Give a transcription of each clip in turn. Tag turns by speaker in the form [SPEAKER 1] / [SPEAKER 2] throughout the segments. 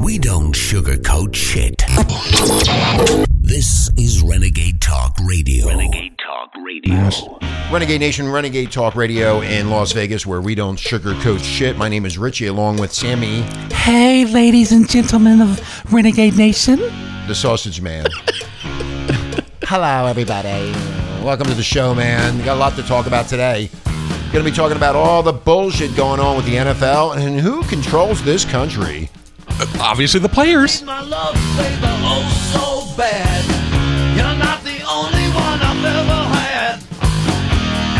[SPEAKER 1] We don't sugarcoat shit. This is Renegade Talk Radio. Renegade Talk Radio.
[SPEAKER 2] Renegade Nation, Renegade Talk Radio in Las Vegas, where we don't sugarcoat shit. My name is Richie, along with Sammy,
[SPEAKER 3] Hey, ladies and gentlemen of Renegade Nation.
[SPEAKER 2] the Sausage Man. Hello, everybody. Welcome to the show, man. We got a lot to talk about today. Going to be talking about all the bullshit going on with the NFL and who controls this country.
[SPEAKER 4] Obviously, the players.
[SPEAKER 5] my love, baby, oh so bad. You're not the only one I've ever had.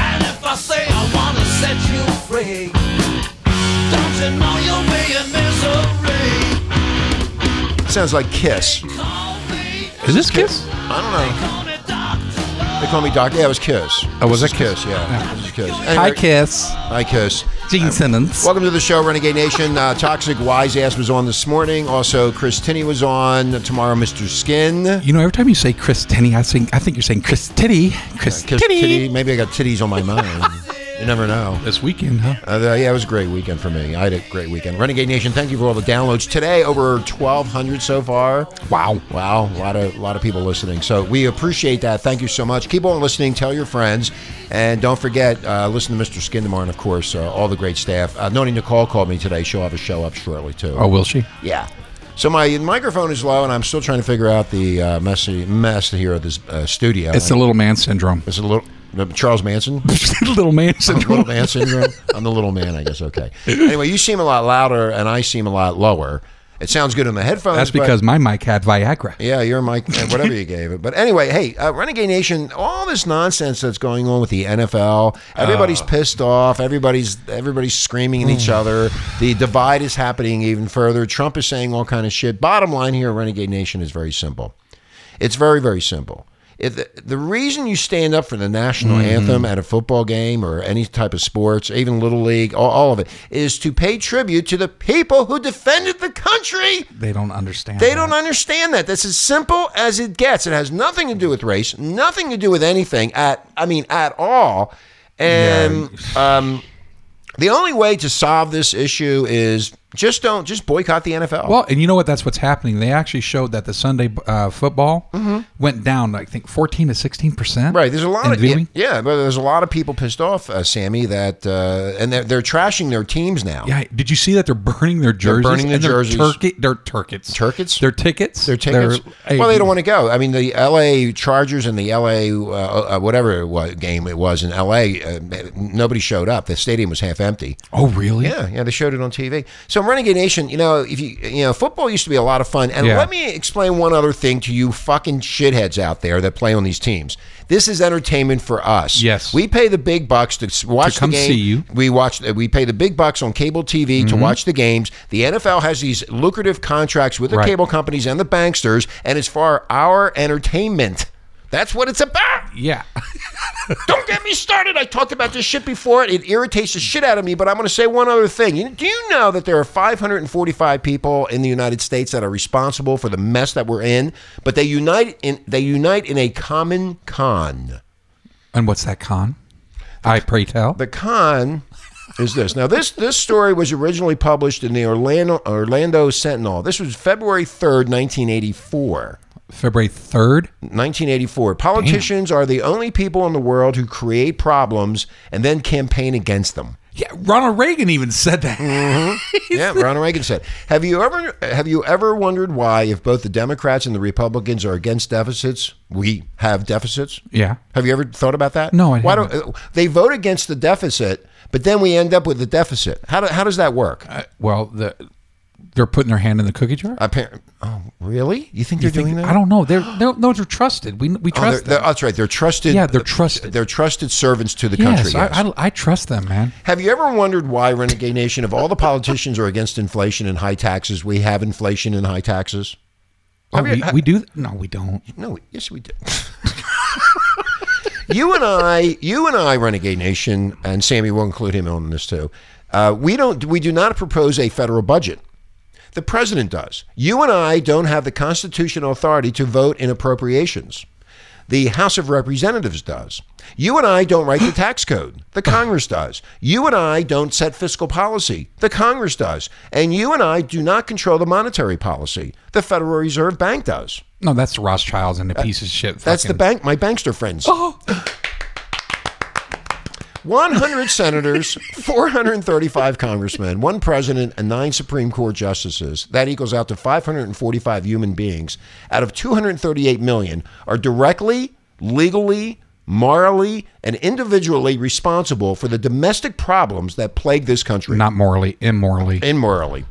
[SPEAKER 5] And if I say I wanna set you free, don't you know you'll be in misery?
[SPEAKER 2] Sounds like Kiss.
[SPEAKER 5] Call me,
[SPEAKER 4] Is this Kiss?
[SPEAKER 2] I don't know.
[SPEAKER 5] call me doctor.
[SPEAKER 2] They call me Doc. Yeah, it was Kiss.
[SPEAKER 4] Oh, was
[SPEAKER 2] This
[SPEAKER 4] it
[SPEAKER 2] is Kiss? Yeah, this is Kiss.
[SPEAKER 3] Hi,
[SPEAKER 2] Anyway-
[SPEAKER 3] Kiss.
[SPEAKER 2] Hi, Kiss.
[SPEAKER 3] Gene Simmons.
[SPEAKER 2] Welcome to the show, Renegade Nation. Uh, Toxic Wise Ass was on this morning. Also, Chris Tinney was on. Tomorrow, Mr. Skin.
[SPEAKER 3] You know, every time you say Chris Titty, I think I think you're saying Chris Titty. Chris
[SPEAKER 2] Kiss
[SPEAKER 3] Titty.
[SPEAKER 2] Maybe I got titties on my mind. you never know.
[SPEAKER 4] This weekend, huh?
[SPEAKER 2] Uh, th- yeah, it was a great weekend for me. I had a great weekend. Renegade Nation, thank you for all the downloads today. Over twelve hundred so far.
[SPEAKER 3] Wow.
[SPEAKER 2] Wow, a lot of lot of people listening. So we appreciate that. Thank you so much. Keep on listening. Tell your friends, and don't forget uh, listen to Mr. Skin tomorrow, and of course uh, all the great staff. Uh, Noni Nicole called me today. She'll have a show up shortly too.
[SPEAKER 3] Oh, will she?
[SPEAKER 2] Yeah. So my microphone is low, and I'm still trying to figure out the uh, messy mess here at this uh, studio.
[SPEAKER 3] It's the little man syndrome.
[SPEAKER 2] It's a little uh, Charles Manson.
[SPEAKER 3] little man
[SPEAKER 2] little
[SPEAKER 3] syndrome.
[SPEAKER 2] man syndrome. I'm the little man, I guess. Okay. Anyway, you seem a lot louder, and I seem a lot lower. It sounds good in the headphones.
[SPEAKER 3] That's
[SPEAKER 2] but-
[SPEAKER 3] because my mic had Viagra.
[SPEAKER 2] yeah, your mic, eh, whatever you gave it. But anyway, hey, uh, Renegade Nation, all this nonsense that's going on with the NFL, everybody's pissed off. Everybody's everybody's screaming at each other. The divide is happening even further. Trump is saying all kind of shit. Bottom line here, Renegade Nation is very simple. It's very very simple. If the, the reason you stand up for the national anthem at a football game or any type of sports, even little league, all, all of it, is to pay tribute to the people who defended the country
[SPEAKER 3] They don't understand.
[SPEAKER 2] they don't understand that. That's as simple as it gets. It has nothing to do with race, nothing to do with anything at I mean at all. And um, the only way to solve this issue is just don't just boycott the NFL.
[SPEAKER 3] Well, and you know what? That's what's happening. They actually showed that the Sunday uh, football went down, I think, 14 to 16%.
[SPEAKER 2] Mm-hmm. Right, there's a lot
[SPEAKER 3] in
[SPEAKER 2] of
[SPEAKER 3] viewing.
[SPEAKER 2] yeah, but there's a lot of people pissed off, uh, Sammy. That uh, and they're, they're trashing their teams now.
[SPEAKER 3] Yeah, did you see that they're burning their jerseys?
[SPEAKER 2] burning their
[SPEAKER 3] and
[SPEAKER 2] jerseys.
[SPEAKER 3] Turkey, their turkets.
[SPEAKER 2] Turkets?
[SPEAKER 3] Their tickets.
[SPEAKER 2] Their tickets. well, they don't want to go. I mean, the L.A. Chargers and the L.A. Uh, uh, whatever it was, game it was in L.A. Uh, nobody showed up. The stadium was half empty.
[SPEAKER 3] Oh, really?
[SPEAKER 2] Yeah, yeah, they showed it on TV. So Renegade Nation, you know, if you you know, football used to be a lot of fun. And
[SPEAKER 3] Yeah.
[SPEAKER 2] let me explain one other thing to you fucking shitheads out there that play on these teams. This is entertainment for us.
[SPEAKER 3] Yes.
[SPEAKER 2] we pay the big bucks to s- watch
[SPEAKER 3] come
[SPEAKER 2] the game.
[SPEAKER 3] see you. Mm-hmm.
[SPEAKER 2] We watch. uh, We pay the big bucks on cable TV to watch the games. The NFL has these lucrative contracts with the
[SPEAKER 3] Right.
[SPEAKER 2] cable companies and the banksters, and it's for our entertainment. That's what it's about.
[SPEAKER 3] Yeah.
[SPEAKER 2] Don't get me started. I talked about this shit before. It irritates the shit out of me, but I'm going to say one other thing. You- Do you know that there are 545 people in the United States that are responsible for the mess that we're in, but they unite in they unite in a common con.
[SPEAKER 3] And what's that con? I pray tell.
[SPEAKER 2] The con is this. Now this this story was originally published in the Orlando Orlando Sentinel. This was February 3rd, 1984.
[SPEAKER 3] February 3rd.
[SPEAKER 2] 1984. Politicians are the only people in the world who create problems and then campaign against them.
[SPEAKER 3] Yeah, Ronald Reagan even said that.
[SPEAKER 2] Mm-hmm. yeah, Ronald Reagan said. Have you ever have you ever wondered why, if both the Democrats and the Republicans are against deficits, we have deficits?
[SPEAKER 3] Yeah.
[SPEAKER 2] Have you ever thought about that?
[SPEAKER 3] No, I
[SPEAKER 2] why
[SPEAKER 3] haven't.
[SPEAKER 2] don't uh, they vote against the deficit, but then we end up with the deficit? How, do, how does that work?
[SPEAKER 3] Uh, well, the they're putting their hand in the cookie jar.
[SPEAKER 2] Appar- oh, really? You think they're
[SPEAKER 3] You think-
[SPEAKER 2] doing that?
[SPEAKER 3] I don't know. They're, they're those are trusted. We we
[SPEAKER 2] Oh, they're-
[SPEAKER 3] trust
[SPEAKER 2] they're-
[SPEAKER 3] them.
[SPEAKER 2] that's right. They're trusted.
[SPEAKER 3] Yeah, they're trusted.
[SPEAKER 2] They're trusted servants to the country.
[SPEAKER 3] yes, I, I, I trust them, man.
[SPEAKER 2] Have you ever wondered why Renegade Nation, of all the politicians, are against inflation and high taxes? We have inflation and high taxes.
[SPEAKER 3] Oh,
[SPEAKER 2] Have you-
[SPEAKER 3] we, we do. No, we don't.
[SPEAKER 2] No, yes, we do. you and I, you and I, Renegade Nation, and Sammy will include him on this too. Uh, we don't. We do not propose a federal budget. The president does. You and I don't have the constitutional authority to vote in appropriations. The House of Representatives does. You and I don't write the tax code. The Congress does. You and I don't set fiscal policy. The Congress does. And you and I do not control the monetary policy. The Federal Reserve Bank does.
[SPEAKER 3] No, that's the Rothschilds and the piece of
[SPEAKER 2] Uh,
[SPEAKER 3] shit.
[SPEAKER 2] That's the
[SPEAKER 3] fucking-
[SPEAKER 2] bank, my bankster friends. 100 senators, 435 congressmen, one president, and nine Supreme Court justices. That equals out to 545 human beings out of 238 million are directly, legally, morally, and individually responsible for the domestic problems that plague this country
[SPEAKER 3] Not morally, immorally.
[SPEAKER 2] immorally.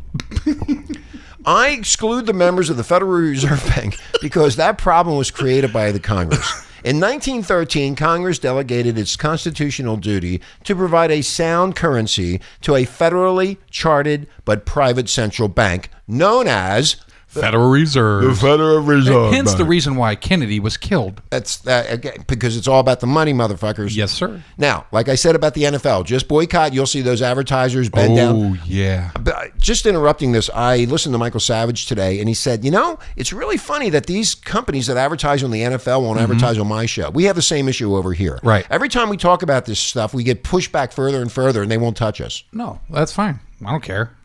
[SPEAKER 2] I exclude the members of the Federal Reserve Bank because that problem was created by the Congress. In 1913, Congress delegated its constitutional duty to provide a sound currency to a federally chartered but private central bank known as
[SPEAKER 4] Federal Reserve.
[SPEAKER 2] Federal Reserve.
[SPEAKER 3] Hence the reason why Kennedy was killed.
[SPEAKER 2] That's uh, again, because it's all about the money, motherfuckers.
[SPEAKER 3] Yes, sir.
[SPEAKER 2] Now, like I said about the NFL, just boycott. You'll see those advertisers bend down.
[SPEAKER 3] Oh yeah.
[SPEAKER 2] But just interrupting this, I listened to Michael Savage today, and he said, "You know, it's really funny that these companies that advertise on the NFL won't advertise on my show. We have the same issue over here.
[SPEAKER 3] Right.
[SPEAKER 2] Every time we talk about this stuff, we get pushed back further and further, and they won't touch us.
[SPEAKER 3] No, that's fine. I don't care.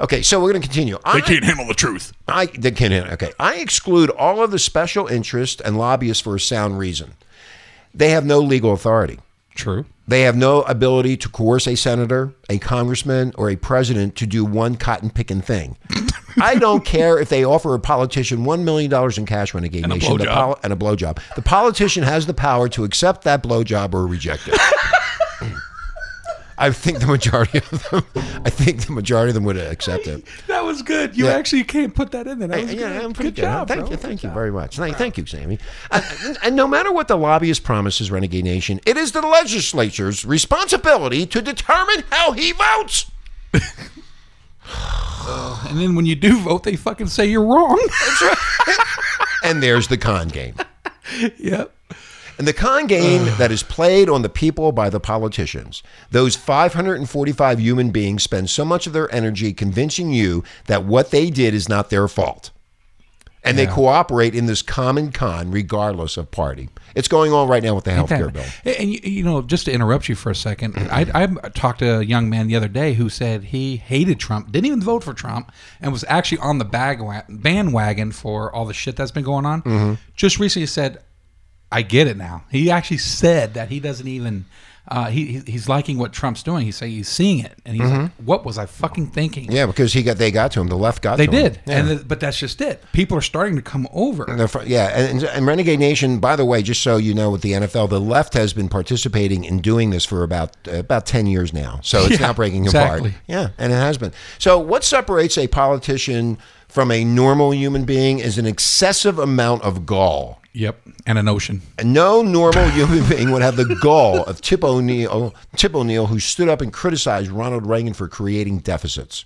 [SPEAKER 2] Okay, so we're going to continue.
[SPEAKER 4] They
[SPEAKER 2] I,
[SPEAKER 4] can't handle the truth.
[SPEAKER 2] I they can't. Okay, I exclude all of the special interest and lobbyists for a sound reason. They have no legal authority.
[SPEAKER 3] True.
[SPEAKER 2] They have no ability to coerce a senator, a congressman, or a president to do one cotton picking thing. I don't care if they offer a politician $1 million in cash renegade and nation the
[SPEAKER 4] blowjob.
[SPEAKER 2] poli- and a blowjob. The politician has the power to accept that blowjob or reject it. I think the majority of them, I think the majority of them would accept it.
[SPEAKER 3] That was good. You
[SPEAKER 2] Yeah.
[SPEAKER 3] actually can't put that in there. That
[SPEAKER 2] Hey,
[SPEAKER 3] was
[SPEAKER 2] yeah,
[SPEAKER 3] good.
[SPEAKER 2] I'm pretty
[SPEAKER 3] Good
[SPEAKER 2] good.
[SPEAKER 3] job,
[SPEAKER 2] thank
[SPEAKER 3] bro.
[SPEAKER 2] you, thank you very much. Thank, thank you, Sammy. Uh, and, and no matter what the lobbyist promises, Renegade Nation, it is the legislature's responsibility to determine how he votes.
[SPEAKER 3] And then when you do vote, they fucking say you're wrong.
[SPEAKER 2] And there's the con game,
[SPEAKER 3] yep.
[SPEAKER 2] and the con game that is played on the people by the politicians. Those 545 human beings spend so much of their energy convincing you that what they did is not their fault. And they cooperate in this common con, regardless of party. It's going on right now with the healthcare bill.
[SPEAKER 3] And, and you, you know, just to interrupt you for a second, I, I
[SPEAKER 2] Mm-hmm.
[SPEAKER 3] talked to a young man the other day who said he hated Trump, didn't even vote for Trump, and was actually on the bag bandwagon for all the shit that's been going on.
[SPEAKER 2] Mm-hmm.
[SPEAKER 3] Just recently said, I get it now. He actually said that he doesn't even. Uh, he he- he's liking what Trump's doing. He said he's seeing it, and he's like, "What was I fucking thinking?"
[SPEAKER 2] Mm-hmm. Yeah, because he got they got to him. The left got
[SPEAKER 3] They
[SPEAKER 2] to him.
[SPEAKER 3] did,
[SPEAKER 2] Yeah.
[SPEAKER 3] and the, but that's just it. People are starting to come over.
[SPEAKER 2] They're fr- yeah, and, and Renegade Nation. By the way, just so you know, with the NFL, the left has been participating in doing this for about uh, about ten years now. So it's
[SPEAKER 3] Yeah,
[SPEAKER 2] now breaking
[SPEAKER 3] exactly.
[SPEAKER 2] apart. Yeah, and it has been. So what separates a politician from a normal human being is an excessive amount of gall.
[SPEAKER 3] Yep, and an ocean.
[SPEAKER 2] No normal human being would have the gall of Tip O'Neill, Tip O'Neill, who stood up and criticized Ronald Reagan for creating deficits.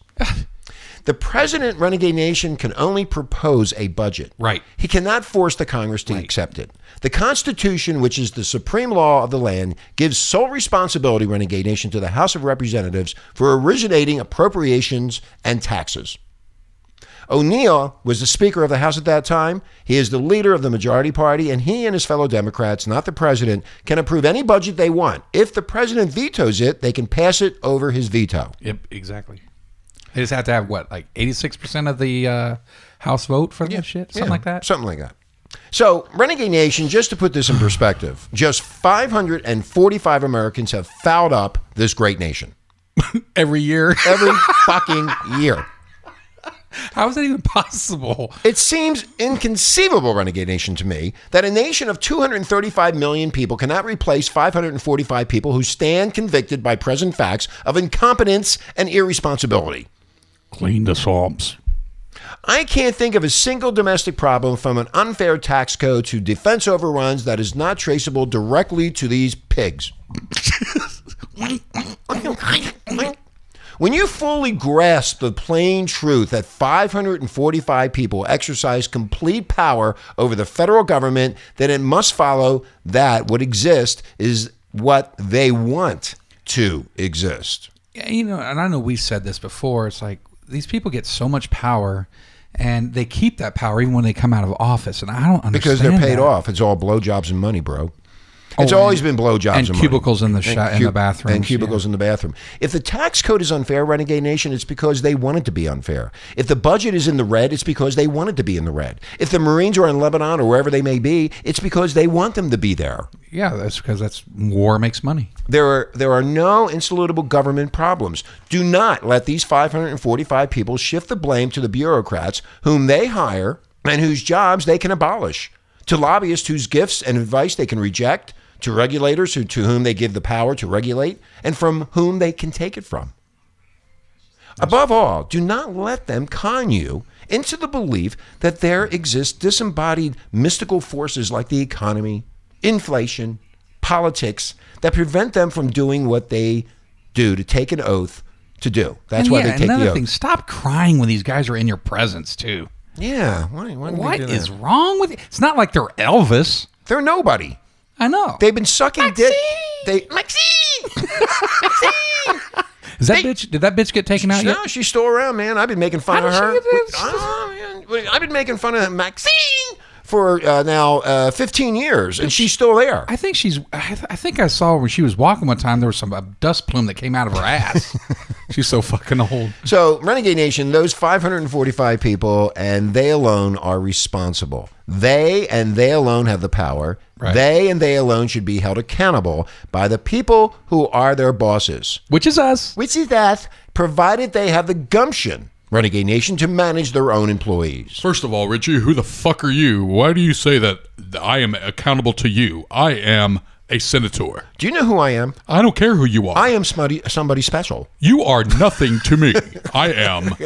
[SPEAKER 2] The president, renegade nation, can only propose a budget.
[SPEAKER 3] Right.
[SPEAKER 2] He cannot force the Congress to accept it. The Constitution, which is the supreme law of the land, gives sole responsibility, renegade nation, to the House of Representatives for originating appropriations and taxes. O'Neill was the Speaker of the House at that time. He is the leader of the majority party, and he and his fellow Democrats, not the president, can approve any budget they want. If the president vetoes it, they can pass it over his veto.
[SPEAKER 3] Yep, exactly. They just have to have what, like eighty-six percent of the uh, House vote for that shit, something
[SPEAKER 2] Yeah,
[SPEAKER 3] like that.
[SPEAKER 2] Something like that. So, Renegade Nation, just to put this in perspective, just 545 Americans have fouled up this great nation
[SPEAKER 3] Every year,
[SPEAKER 2] every fucking year.
[SPEAKER 3] how is that even possible?
[SPEAKER 2] It seems inconceivable, Renegade Nation, to me, that a nation of 235 million people cannot replace 545 people who stand convicted by present facts of incompetence and irresponsibility.
[SPEAKER 4] Clean the swamps.
[SPEAKER 2] I can't think of a single domestic problem from an unfair tax code to defense overruns that is not traceable directly to these pigs. When you fully grasp the plain truth that 545 people exercise complete power over the federal government, then it must follow that what exists is what they want to exist.
[SPEAKER 3] Yeah, You know, and I know we've said this before. It's like these people get so much power, and they keep that power even when they come out of office. And I don't understand
[SPEAKER 2] because they're paid
[SPEAKER 3] that.
[SPEAKER 2] off. It's all blowjobs and money, bro. It's
[SPEAKER 3] Oh,
[SPEAKER 2] always
[SPEAKER 3] and-
[SPEAKER 2] been blowjobs
[SPEAKER 3] and
[SPEAKER 2] money.
[SPEAKER 3] cubicles in the sho- in the bathrooms,
[SPEAKER 2] and cubicles
[SPEAKER 3] yeah.
[SPEAKER 2] in the bathroom. If the tax code is unfair, renegade nation, it's because they want it to be unfair. If the budget is in the red, it's because they want it to be in the red. If the Marines are in Lebanon or wherever they may be, it's because they want them to be there.
[SPEAKER 3] Yeah, that's because that's war makes money.
[SPEAKER 2] There are there are no insoluble government problems. Do not let these 545 people shift the blame to the bureaucrats whom they hire and whose jobs they can abolish, to lobbyists whose gifts and advice they can reject, to regulators who, to whom they give the power to regulate, and from whom they can take it from. Above all, do not let them con you into the belief that there exist disembodied mystical forces like the economy, inflation, politics that prevent them from doing what they do to take an oath to do. That's
[SPEAKER 3] and
[SPEAKER 2] why
[SPEAKER 3] yeah,
[SPEAKER 2] they take
[SPEAKER 3] another
[SPEAKER 2] the oath.
[SPEAKER 3] thing, stop crying when these guys are in your presence too.
[SPEAKER 2] yeah. Why, why do they
[SPEAKER 3] What
[SPEAKER 2] do
[SPEAKER 3] is
[SPEAKER 2] that?
[SPEAKER 3] wrong with you? It's not like they're Elvis.
[SPEAKER 2] They're nobody.
[SPEAKER 3] I know.
[SPEAKER 2] They've been sucking dick. They
[SPEAKER 3] Is that bitch? Did that bitch get taken out
[SPEAKER 2] no,
[SPEAKER 3] yet?
[SPEAKER 2] she's still around, man. I've been making fun
[SPEAKER 3] How
[SPEAKER 2] of
[SPEAKER 3] does
[SPEAKER 2] her.
[SPEAKER 3] she get this?
[SPEAKER 2] Oh, man. I've been making fun of Maxine for uh, now uh, 15 years, and she's still there.
[SPEAKER 3] I think she's. I, th- I think I saw when she was walking one time. There was some a dust plume that came out of her ass. she's so fucking old.
[SPEAKER 2] So, Renegade Nation, those 545 people and they alone are responsible. They and they alone have the power.
[SPEAKER 3] Right.
[SPEAKER 2] They and they alone should be held accountable by the people who are their bosses,
[SPEAKER 3] Which is us.
[SPEAKER 2] which is that provided they have the gumption, Renegade Nation, to manage their own employees.
[SPEAKER 4] First of all, Richie, who the fuck are you? Why do you say that I am accountable to you? I am a senator.
[SPEAKER 2] Do you know who I am?
[SPEAKER 4] I don't care who you are.
[SPEAKER 2] I am somebody, somebody special.
[SPEAKER 4] you are nothing to me. I am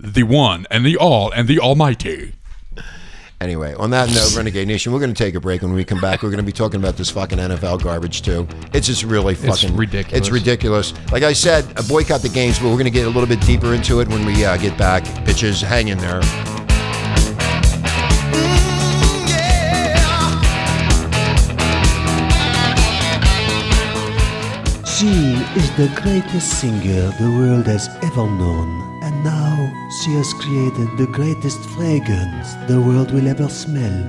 [SPEAKER 4] the one and the all and the almighty.
[SPEAKER 2] Anyway, on that note, Renegade Nation, we're going to take a break. When we come back, we're going to be talking about this fucking NFL garbage too. It's just really fucking
[SPEAKER 3] ridiculous.
[SPEAKER 2] It's ridiculous. Like I said, uh, boycott the games, but we're going to get a little bit deeper into it when we uh, get back. Bitches, hang in there.
[SPEAKER 6] She is the greatest singer the world has ever known, and now she has created the greatest fragrance the world will ever smell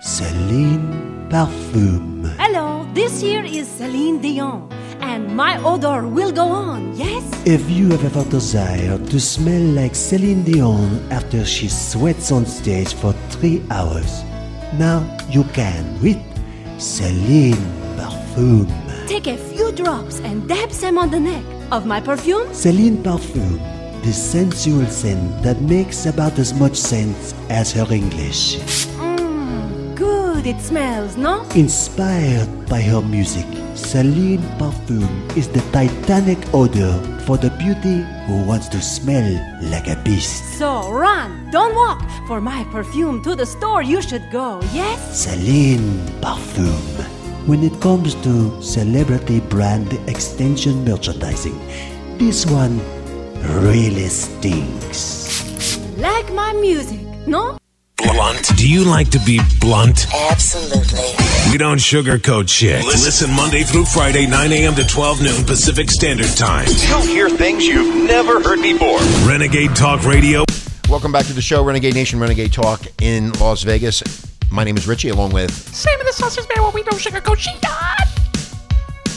[SPEAKER 6] Celine Parfum.
[SPEAKER 7] Hello, this here is Celine Dion, and my odor will go on, yes?
[SPEAKER 6] If you have ever desired to smell like Celine Dion after she sweats on stage for three hours, now you can with Celine Parfum.
[SPEAKER 7] Take a few drops and dab some on the neck of my perfume.
[SPEAKER 6] Celine Parfum, the sensual scent that makes about as much sense as her English.
[SPEAKER 7] Mmm, good it smells, no?
[SPEAKER 6] Inspired by her music, Celine Parfum is the titanic odor for the beauty who wants to smell like a beast.
[SPEAKER 7] So run, don't walk. For my perfume to the store, you should go, yes?
[SPEAKER 6] Celine Parfum. When it comes to celebrity brand extension merchandising, this one really stinks.
[SPEAKER 7] Like my music, no?
[SPEAKER 8] Blunt. Do you like to be blunt?
[SPEAKER 9] Absolutely.
[SPEAKER 8] We don't sugarcoat shit. Listen Monday through Friday, 9 a.m. to 12 noon Pacific Standard Time.
[SPEAKER 10] You'll hear things you've never heard before.
[SPEAKER 8] Renegade Talk Radio.
[SPEAKER 2] Welcome back to the show, Renegade Nation, Renegade Talk in Las Vegas. My name is Richie, along with
[SPEAKER 3] Same with the sausage man. What we don't sugarcoat shit.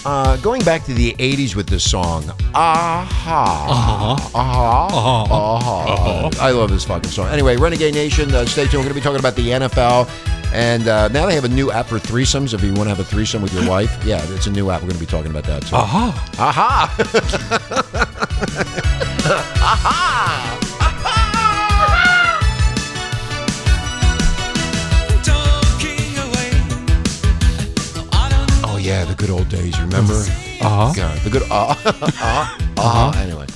[SPEAKER 2] uh, going back to the '80s with this song. Aha, aha, aha, aha. I love this fucking song. Anyway, Renegade Nation, uh, stay tuned. We're going to be talking about the NFL, and uh, now they have a new app for threesomes. If you want to have a threesome with your wife, yeah, it's a new app. We're going to be talking about that. Too. Aha, aha. Oh yeah, the good old days. Remember? Uh huh. the good uh uh uh Anyway.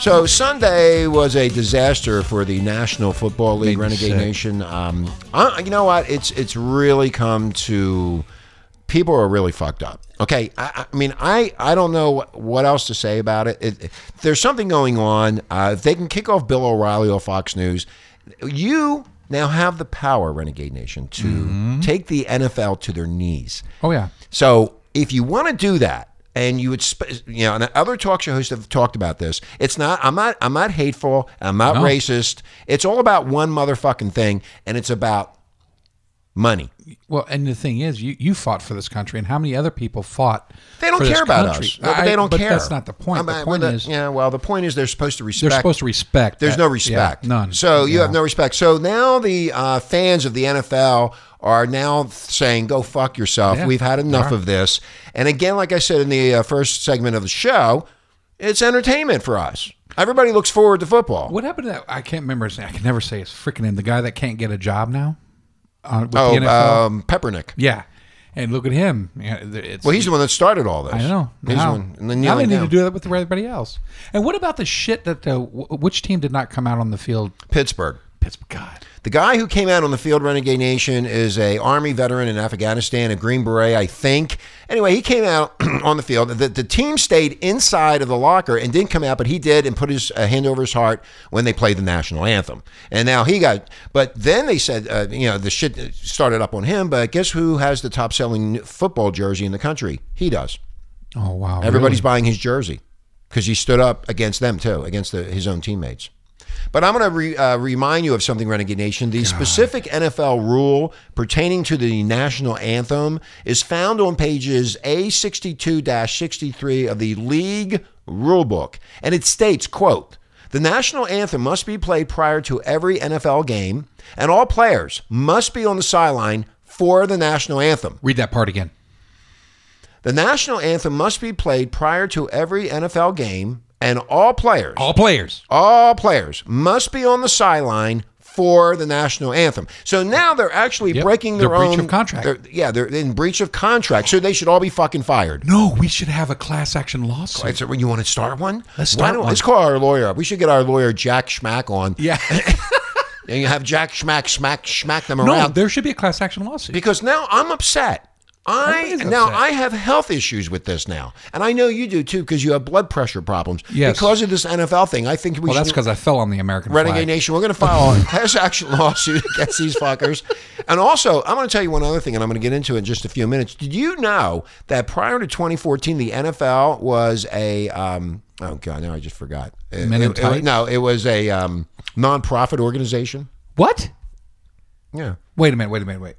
[SPEAKER 2] So Sunday was a disaster for the National Football League
[SPEAKER 3] Made me
[SPEAKER 2] Renegade
[SPEAKER 3] sick.
[SPEAKER 2] Nation. Um, I, you know what? It's it's really come to people are really fucked up. Okay, I, I mean, I I don't know what else to say about it. it there's something going on. Uh, if they can kick off Bill O'Reilly or Fox News, you now have the power, Renegade Nation, to take the NFL to their knees.
[SPEAKER 3] Mm-hmm. Oh yeah.
[SPEAKER 2] So if you want to do that, and you would, sp- you know, and other talk show hosts have talked about this. It's not, I'm not, I'm not hateful. I'm not racist. It's all about one motherfucking thing, and it's about money.
[SPEAKER 3] Well, and the thing is, you, you fought for this country, and how many other people fought?
[SPEAKER 2] They don't
[SPEAKER 3] for this
[SPEAKER 2] care about
[SPEAKER 3] country?
[SPEAKER 2] us. No, but
[SPEAKER 3] I-
[SPEAKER 2] they don't care.
[SPEAKER 3] That's not the point.
[SPEAKER 2] I mean,
[SPEAKER 3] the
[SPEAKER 2] well,
[SPEAKER 3] point is,
[SPEAKER 2] yeah. Well, the point is they're supposed to respect.
[SPEAKER 3] supposed to respect
[SPEAKER 2] There's
[SPEAKER 3] that.
[SPEAKER 2] no
[SPEAKER 3] Yeah,
[SPEAKER 2] respect.
[SPEAKER 3] none.
[SPEAKER 2] So you have no respect. So now the uh, fans of the NFL are now saying, "Go fuck yourself.
[SPEAKER 3] Yeah,
[SPEAKER 2] We've had enough of this." And again, like I said in the uh, first segment of the show, it's entertainment for us. Everybody looks forward to football.
[SPEAKER 3] what happened to that? I can't remember his name. I can never say his freaking name. The guy that can't get a job now. Uh, with the
[SPEAKER 2] oh,
[SPEAKER 3] NFL.
[SPEAKER 2] um, Peppernick.
[SPEAKER 3] yeah. And look at him. Yeah, th- It's,
[SPEAKER 2] Well, he's the one that started all this.
[SPEAKER 3] I know.
[SPEAKER 2] He's the
[SPEAKER 3] Now,
[SPEAKER 2] one. And then
[SPEAKER 3] now they
[SPEAKER 2] kneeling down.
[SPEAKER 3] need to do that with everybody else. And what about the shit that the wh- which team did not come out on the field?
[SPEAKER 2] Pittsburgh.
[SPEAKER 3] Pittsburgh. God.
[SPEAKER 2] The guy who came out on the field, Renegade Nation, is a Army veteran in Afghanistan, a Green Beret, I think. Anyway, he came out on the field. The, the team stayed inside of the locker and didn't come out, but he did and put his uh, hand over his heart when they played the national anthem. And now he got. But then they said, uh, you know, the shit started up on him. But guess who has the top selling football jersey in the country? He does.
[SPEAKER 3] Oh wow.
[SPEAKER 2] Everybody's
[SPEAKER 3] really?
[SPEAKER 2] buying his jersey because he stood up against them too, against the, his own teammates. But I'm going to re, uh, remind you of something, Renegade Nation. The specific NFL rule pertaining to the national anthem is found on pages A62-63 of the league rulebook, and it states, "quote The national anthem must be played prior to every NFL game, and all players must be on the sideline for the national anthem."
[SPEAKER 3] Read that part again.
[SPEAKER 2] The national anthem must be played prior to every NFL game, and all players, all,
[SPEAKER 3] All players.
[SPEAKER 2] players, must be on the sideline for the national anthem. So now they're actually
[SPEAKER 3] Yep.
[SPEAKER 2] breaking
[SPEAKER 3] They're
[SPEAKER 2] their own
[SPEAKER 3] breach of contract.
[SPEAKER 2] they're- yeah, they're in breach of contract, so they should all be fucking fired.
[SPEAKER 3] No, we should have a class action lawsuit.
[SPEAKER 2] Right, so you want to start one?
[SPEAKER 3] Let's
[SPEAKER 2] Why
[SPEAKER 3] start
[SPEAKER 2] don't-
[SPEAKER 3] one.
[SPEAKER 2] Let's call our lawyer. up. We should get our lawyer Jack Schmack on.
[SPEAKER 3] Yeah.
[SPEAKER 2] and you have Jack Schmack Schmack Schmack them
[SPEAKER 3] no,
[SPEAKER 2] around
[SPEAKER 3] there should be a class action lawsuit.
[SPEAKER 2] because now I'm upset. I
[SPEAKER 3] Everybody's
[SPEAKER 2] now
[SPEAKER 3] upset.
[SPEAKER 2] I have health issues with this now, and I know you do too because you have blood pressure problems.
[SPEAKER 3] Yes.
[SPEAKER 2] Because of this NFL thing, I think we
[SPEAKER 3] well, that's
[SPEAKER 2] should.
[SPEAKER 3] because I fell on the American
[SPEAKER 2] Renegade
[SPEAKER 3] flag.
[SPEAKER 2] Nation, we're going to file a class action lawsuit against these fuckers. And also, I'm going to tell you one other thing, and I'm going to get into it in just a few minutes. Did you know that prior to 2014, the NFL was a um, oh god, now I just forgot. It-
[SPEAKER 3] Men in
[SPEAKER 2] it- it-
[SPEAKER 3] Tights?
[SPEAKER 2] no, it was a um, nonprofit organization.
[SPEAKER 3] What?
[SPEAKER 2] Yeah.
[SPEAKER 3] Wait a minute. Wait a minute. Wait.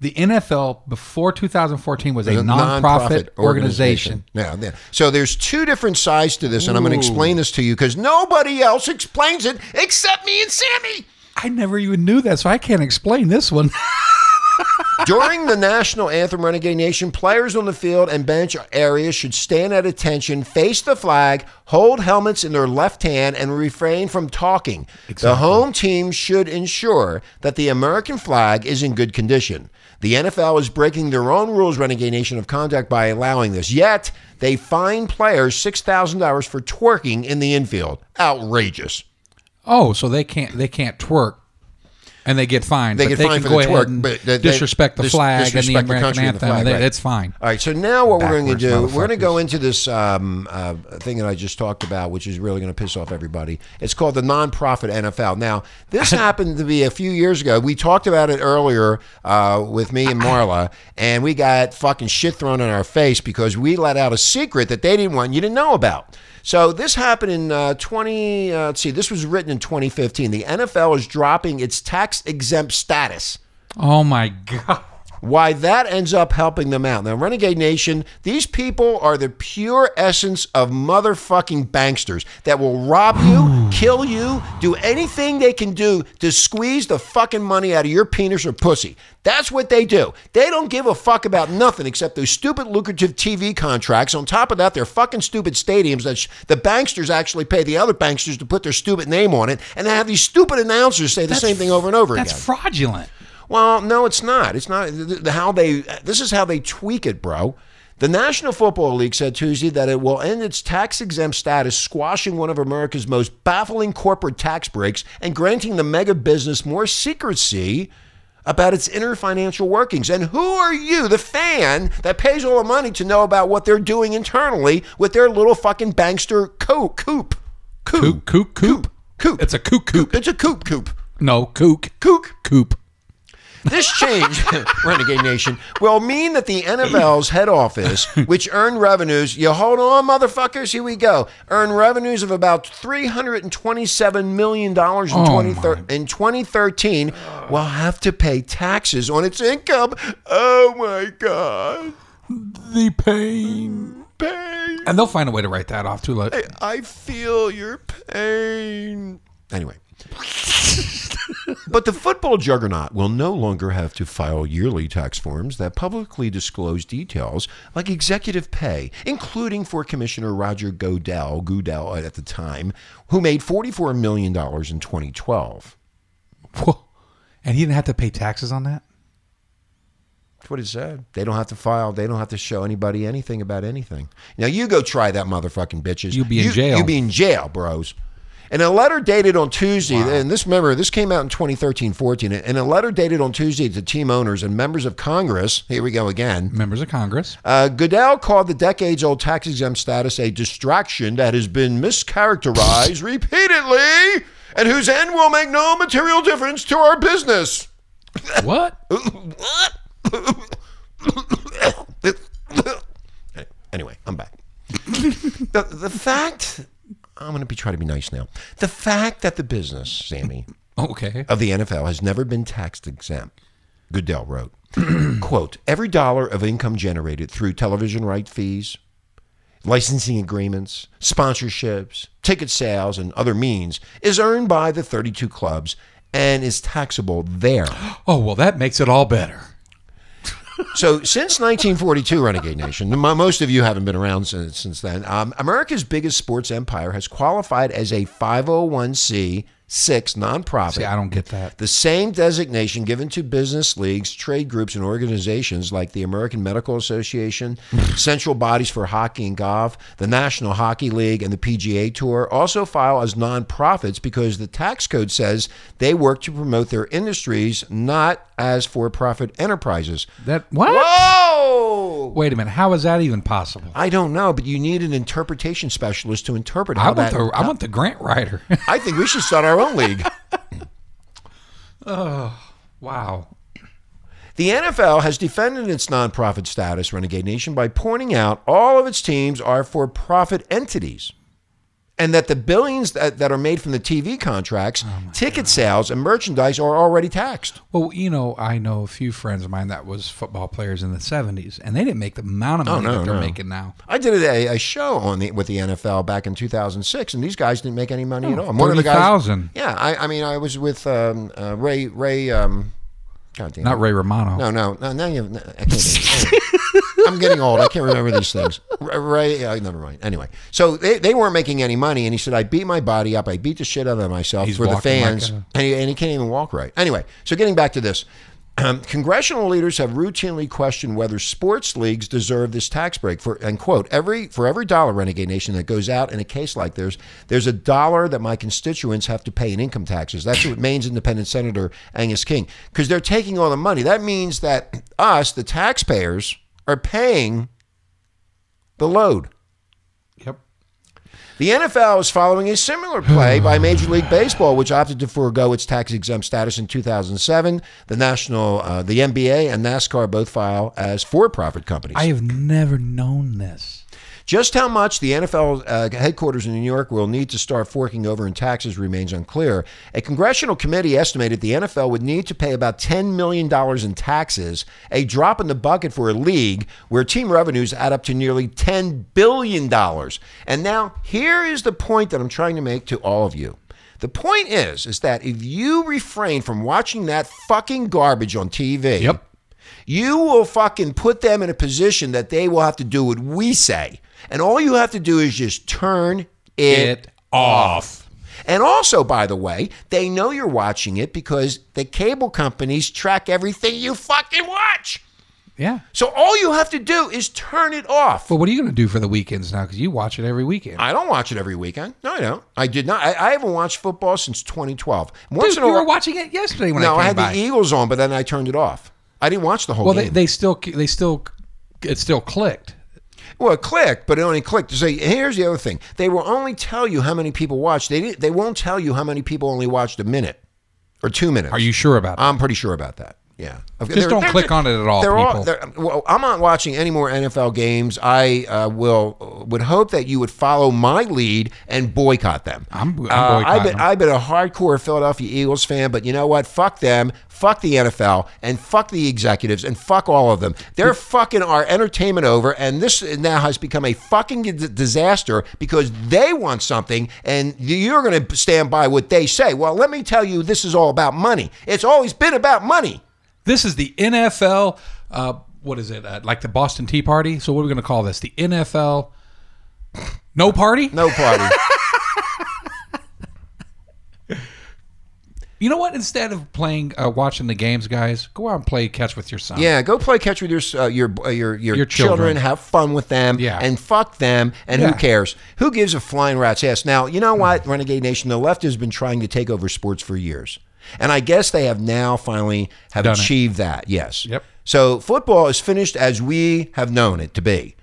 [SPEAKER 3] The NFL before 2014 was a
[SPEAKER 2] a
[SPEAKER 3] nonprofit
[SPEAKER 2] nonprofit
[SPEAKER 3] organization.
[SPEAKER 2] Yeah, yeah. So there's two different sides to this, and I'm going to explain this to you because nobody else explains it except me and Sammy.
[SPEAKER 3] I never even knew that, so I can't explain this one.
[SPEAKER 2] During the national anthem, Renegade Nation, players on the field and bench areas should stand at attention, face the flag, hold helmets in their left hand, and refrain from talking. The home team should ensure that the American flag is in good condition. The NFL is breaking their own rules, Renegade Nation, of conduct by allowing this. Yet, they fine players $6,000 for twerking in the infield. Outrageous.
[SPEAKER 3] oh, so they can't they can't twerk, and they get fined.
[SPEAKER 2] They
[SPEAKER 3] but
[SPEAKER 2] get
[SPEAKER 3] they
[SPEAKER 2] fined
[SPEAKER 3] can
[SPEAKER 2] for
[SPEAKER 3] go
[SPEAKER 2] the
[SPEAKER 3] ahead
[SPEAKER 2] twerk,
[SPEAKER 3] and
[SPEAKER 2] but they- they-
[SPEAKER 3] disrespect the
[SPEAKER 2] dis-
[SPEAKER 3] flag
[SPEAKER 2] disrespect
[SPEAKER 3] and the
[SPEAKER 2] the
[SPEAKER 3] American
[SPEAKER 2] country and the
[SPEAKER 3] anthem.
[SPEAKER 2] flag,
[SPEAKER 3] They-
[SPEAKER 2] right.
[SPEAKER 3] That's fine.
[SPEAKER 2] All right, so now what we're going to
[SPEAKER 3] Backwards
[SPEAKER 2] do, we're going to go
[SPEAKER 3] motherfuckers.
[SPEAKER 2] into this um, uh, thing that I just talked about, which is really going to piss off everybody. It's called the nonprofit NFL. Now, this happened to be a few years ago. We talked about it earlier uh, with me and Marla, and we got fucking shit thrown in our face because we let out a secret that they didn't want you to know about. So this happened in uh, 20, uh, let's see, this was written in 2015. The NFL is dropping its tax exempt status
[SPEAKER 3] Oh my god.
[SPEAKER 2] why that ends up helping them out. Now, Renegade Nation, these people are the pure essence of motherfucking banksters that will rob you, kill you, do anything they can do to squeeze the fucking money out of your penis or pussy. That's what they do. They don't give a fuck about nothing except those stupid lucrative TV contracts. On top of that, they're fucking stupid stadiums that sh- the banksters actually pay the other banksters to put their stupid name on it, and they have these stupid announcers say the same thing over and over
[SPEAKER 3] That's
[SPEAKER 2] again.
[SPEAKER 3] fraudulent.
[SPEAKER 2] Well, no, it's not. It's not th- th- how they. This is how they tweak it, bro. The National Football League said Tuesday that it will end its tax exempt status, squashing one of America's most baffling corporate tax breaks and granting the mega business more secrecy about its inner financial workings. And who are you, the fan that pays all the money, to know about what they're doing internally with their little fucking bankster co- coop? Coop.
[SPEAKER 3] Kook, kook, koop.
[SPEAKER 2] Coop.
[SPEAKER 3] It's a kook, kook.
[SPEAKER 2] It's a coop coop.
[SPEAKER 3] No, kook.
[SPEAKER 2] Kook.
[SPEAKER 3] Koop.
[SPEAKER 2] This change, Renegade Nation, will mean that the NFL's head office, which earned revenues, you hold on, motherfuckers, here we go, earned revenues of about $327 million in, 20 in 2013, will have to pay taxes on its income. Oh my God.
[SPEAKER 3] The pain.
[SPEAKER 2] Pain.
[SPEAKER 3] And they'll find a way to write that off too. Like,
[SPEAKER 2] I feel your pain. Anyway. but the football juggernaut will no longer have to file yearly tax forms that publicly disclose details like executive pay, including for Commissioner Roger Goodell, Goodell at the time, who made $44 million in 2012.
[SPEAKER 3] whoa. And he didn't have to pay taxes on that.
[SPEAKER 2] That's what it said. They don't have to file. They don't have to show anybody anything about anything. Now you go try that motherfucking bitches.
[SPEAKER 3] You'll be in
[SPEAKER 2] You-
[SPEAKER 3] jail.
[SPEAKER 2] You'll be in jail, bros. In a letter dated on Tuesday, and this remember this came out in 2013-14. In a letter dated on Tuesday to team owners and members of Congress, here we go again.
[SPEAKER 3] Members of Congress.
[SPEAKER 2] Uh, Goodell called the decades-old tax exempt status a distraction that has been mischaracterized repeatedly, and whose end will make no material difference to our business.
[SPEAKER 3] what?
[SPEAKER 2] anyway, I'm back. the, the fact I'm going to be trying to be nice now. The fact that the business, Sammy,
[SPEAKER 3] Okay.
[SPEAKER 2] of the NFL has never been tax exempt. Goodell wrote, "Quote: Every dollar of income generated through television right fees, licensing agreements, sponsorships, ticket sales, and other means is earned by the 32 clubs and is taxable there."
[SPEAKER 3] Oh, well, that makes it all better.
[SPEAKER 2] So since 1942, Renegade Nation, m- most of you haven't been around since, since then. Um, America's biggest sports empire has qualified as a 501c6 nonprofit.
[SPEAKER 3] See, I don't get that.
[SPEAKER 2] The same designation given to business leagues, trade groups, and organizations like the American Medical Association, central bodies for hockey and golf, the National Hockey League, and the PGA Tour also file as nonprofits because the tax code says they work to promote their industries, not as for profit enterprises.
[SPEAKER 3] That what?
[SPEAKER 2] Whoa!
[SPEAKER 3] Wait a minute. How is that even possible?
[SPEAKER 2] I don't know, but you need an interpretation specialist to interpret
[SPEAKER 3] I
[SPEAKER 2] how
[SPEAKER 3] want
[SPEAKER 2] that.
[SPEAKER 3] the I want the grant writer.
[SPEAKER 2] I think we should start our own league.
[SPEAKER 3] wow.
[SPEAKER 2] The NFL has defended its nonprofit status, Renegade Nation, by pointing out all of its teams are for profit entities and that the billions that, that are made from the TV contracts,
[SPEAKER 3] Oh
[SPEAKER 2] ticket sales, and merchandise are already taxed.
[SPEAKER 3] Well, you know, I know a few friends of mine that was football players in the '70s, and they didn't make the amount of money
[SPEAKER 2] Oh, no,
[SPEAKER 3] that they're
[SPEAKER 2] no.
[SPEAKER 3] making now.
[SPEAKER 2] I did a, a show on the with the NFL back in 2006, and these guys didn't make any
[SPEAKER 3] Oh,
[SPEAKER 2] money at all. I'm one of the guys.
[SPEAKER 3] 30,000.
[SPEAKER 2] Yeah, I, I mean, I was with um, uh, Ray Ray. Um, God damn it.
[SPEAKER 3] Not Ray Romano.
[SPEAKER 2] No, no, no. Now you. No, I can't, Oh, I'm getting old. I can't remember these things. R- Ray, uh, never mind. Anyway, so they, they weren't making any money, and he said, "I beat my body up. I beat the shit out of myself
[SPEAKER 3] He's
[SPEAKER 2] for the
[SPEAKER 3] walking like
[SPEAKER 2] fans,
[SPEAKER 3] a-
[SPEAKER 2] and, he, and he can't even walk right." Anyway, so getting back to this. Um, congressional leaders have routinely questioned whether sports leagues deserve this tax break. For and quote every for every dollar renegade nation that goes out in a case like this, there's a dollar that my constituents have to pay in income taxes. That's what Maine's independent senator Angus King, because they're taking all the money. That means that us, the taxpayers, are paying the load.
[SPEAKER 3] Yep.
[SPEAKER 2] The NFL is following a similar play by Major League Baseball, which opted to forego its tax exempt status in 2007. The national, uh, the NBA, and NASCAR both file as for profit companies.
[SPEAKER 3] I have never known this.
[SPEAKER 2] Just how much the NFL uh, headquarters in New York will need to start forking over in taxes remains unclear. A congressional committee estimated the NFL would need to pay about $10 million in taxes, a drop in the bucket for a league where team revenues add up to nearly $10 billion. And now, here is the point that I'm trying to make to all of you. The point is, is that if you refrain from watching that fucking garbage on TV,
[SPEAKER 3] Yep.
[SPEAKER 2] you will fucking put them in a position that they will have to do what we say. And all you have to do is just turn it.
[SPEAKER 3] It off.
[SPEAKER 2] And also, by the way, they know you're watching it because the cable companies track everything you fucking watch.
[SPEAKER 3] Yeah.
[SPEAKER 2] So all you have to do is turn it off.
[SPEAKER 3] But what are you going to do for the weekends now? Because you watch it every weekend.
[SPEAKER 2] I don't watch it every weekend. No, I don't. I did not. I, I haven't watched football since 2012. Once
[SPEAKER 3] Dude,
[SPEAKER 2] in a
[SPEAKER 3] you were
[SPEAKER 2] while-
[SPEAKER 3] watching it yesterday when I
[SPEAKER 2] No,
[SPEAKER 3] came
[SPEAKER 2] I had
[SPEAKER 3] by.
[SPEAKER 2] the Eagles on, but then I turned it off. I didn't watch the whole
[SPEAKER 3] well,
[SPEAKER 2] game.
[SPEAKER 3] they, they still they still it still clicked.
[SPEAKER 2] Well, it clicked, but it only clicked. So here's the other thing: they will only tell you how many people watch. They didn't, they won't tell you how many people only watched a minute or two minutes.
[SPEAKER 3] Are you sure about it?
[SPEAKER 2] I'm pretty sure about that. Yeah. Okay,
[SPEAKER 3] Just
[SPEAKER 2] they're-
[SPEAKER 3] don't click on it at all,
[SPEAKER 2] They're
[SPEAKER 3] people.
[SPEAKER 2] they're- well, I'm not watching any more NFL games. I uh, will would hope that you would follow my lead and boycott them.
[SPEAKER 3] I'm-
[SPEAKER 2] Uh, I've
[SPEAKER 3] I'm boycotting
[SPEAKER 2] been
[SPEAKER 3] them.
[SPEAKER 2] I've been a hardcore Philadelphia Eagles fan, but you know what? Fuck them. Fuck the NFL and fuck the executives and fuck all of them. They're fucking our entertainment over, and this now has become a fucking d- disaster because they want something and you're going to stand by what they say. Well, let me tell you, this is all about money. It's always been about money.
[SPEAKER 3] This is the NFL. Uh, what is it? Uh, like the Boston Tea Party? So what are we going to call this? The NFL. No party?
[SPEAKER 2] No party.
[SPEAKER 3] You know what? Instead of playing, uh, watching the games, guys, go out and play catch with your son.
[SPEAKER 2] Yeah, go play catch with your uh, your, uh, your your
[SPEAKER 3] Your
[SPEAKER 2] children.
[SPEAKER 3] children.
[SPEAKER 2] Have fun with them.
[SPEAKER 3] Yeah.
[SPEAKER 2] and fuck them. And
[SPEAKER 3] Yeah.
[SPEAKER 2] who cares? Who gives a flying rat's ass? Now you know what, Renegade Nation. The left has been trying to take over sports for years, and I guess they have now finally have
[SPEAKER 3] Done it.
[SPEAKER 2] achieved that. Yes.
[SPEAKER 3] Yep.
[SPEAKER 2] So football is finished as we have known it to be.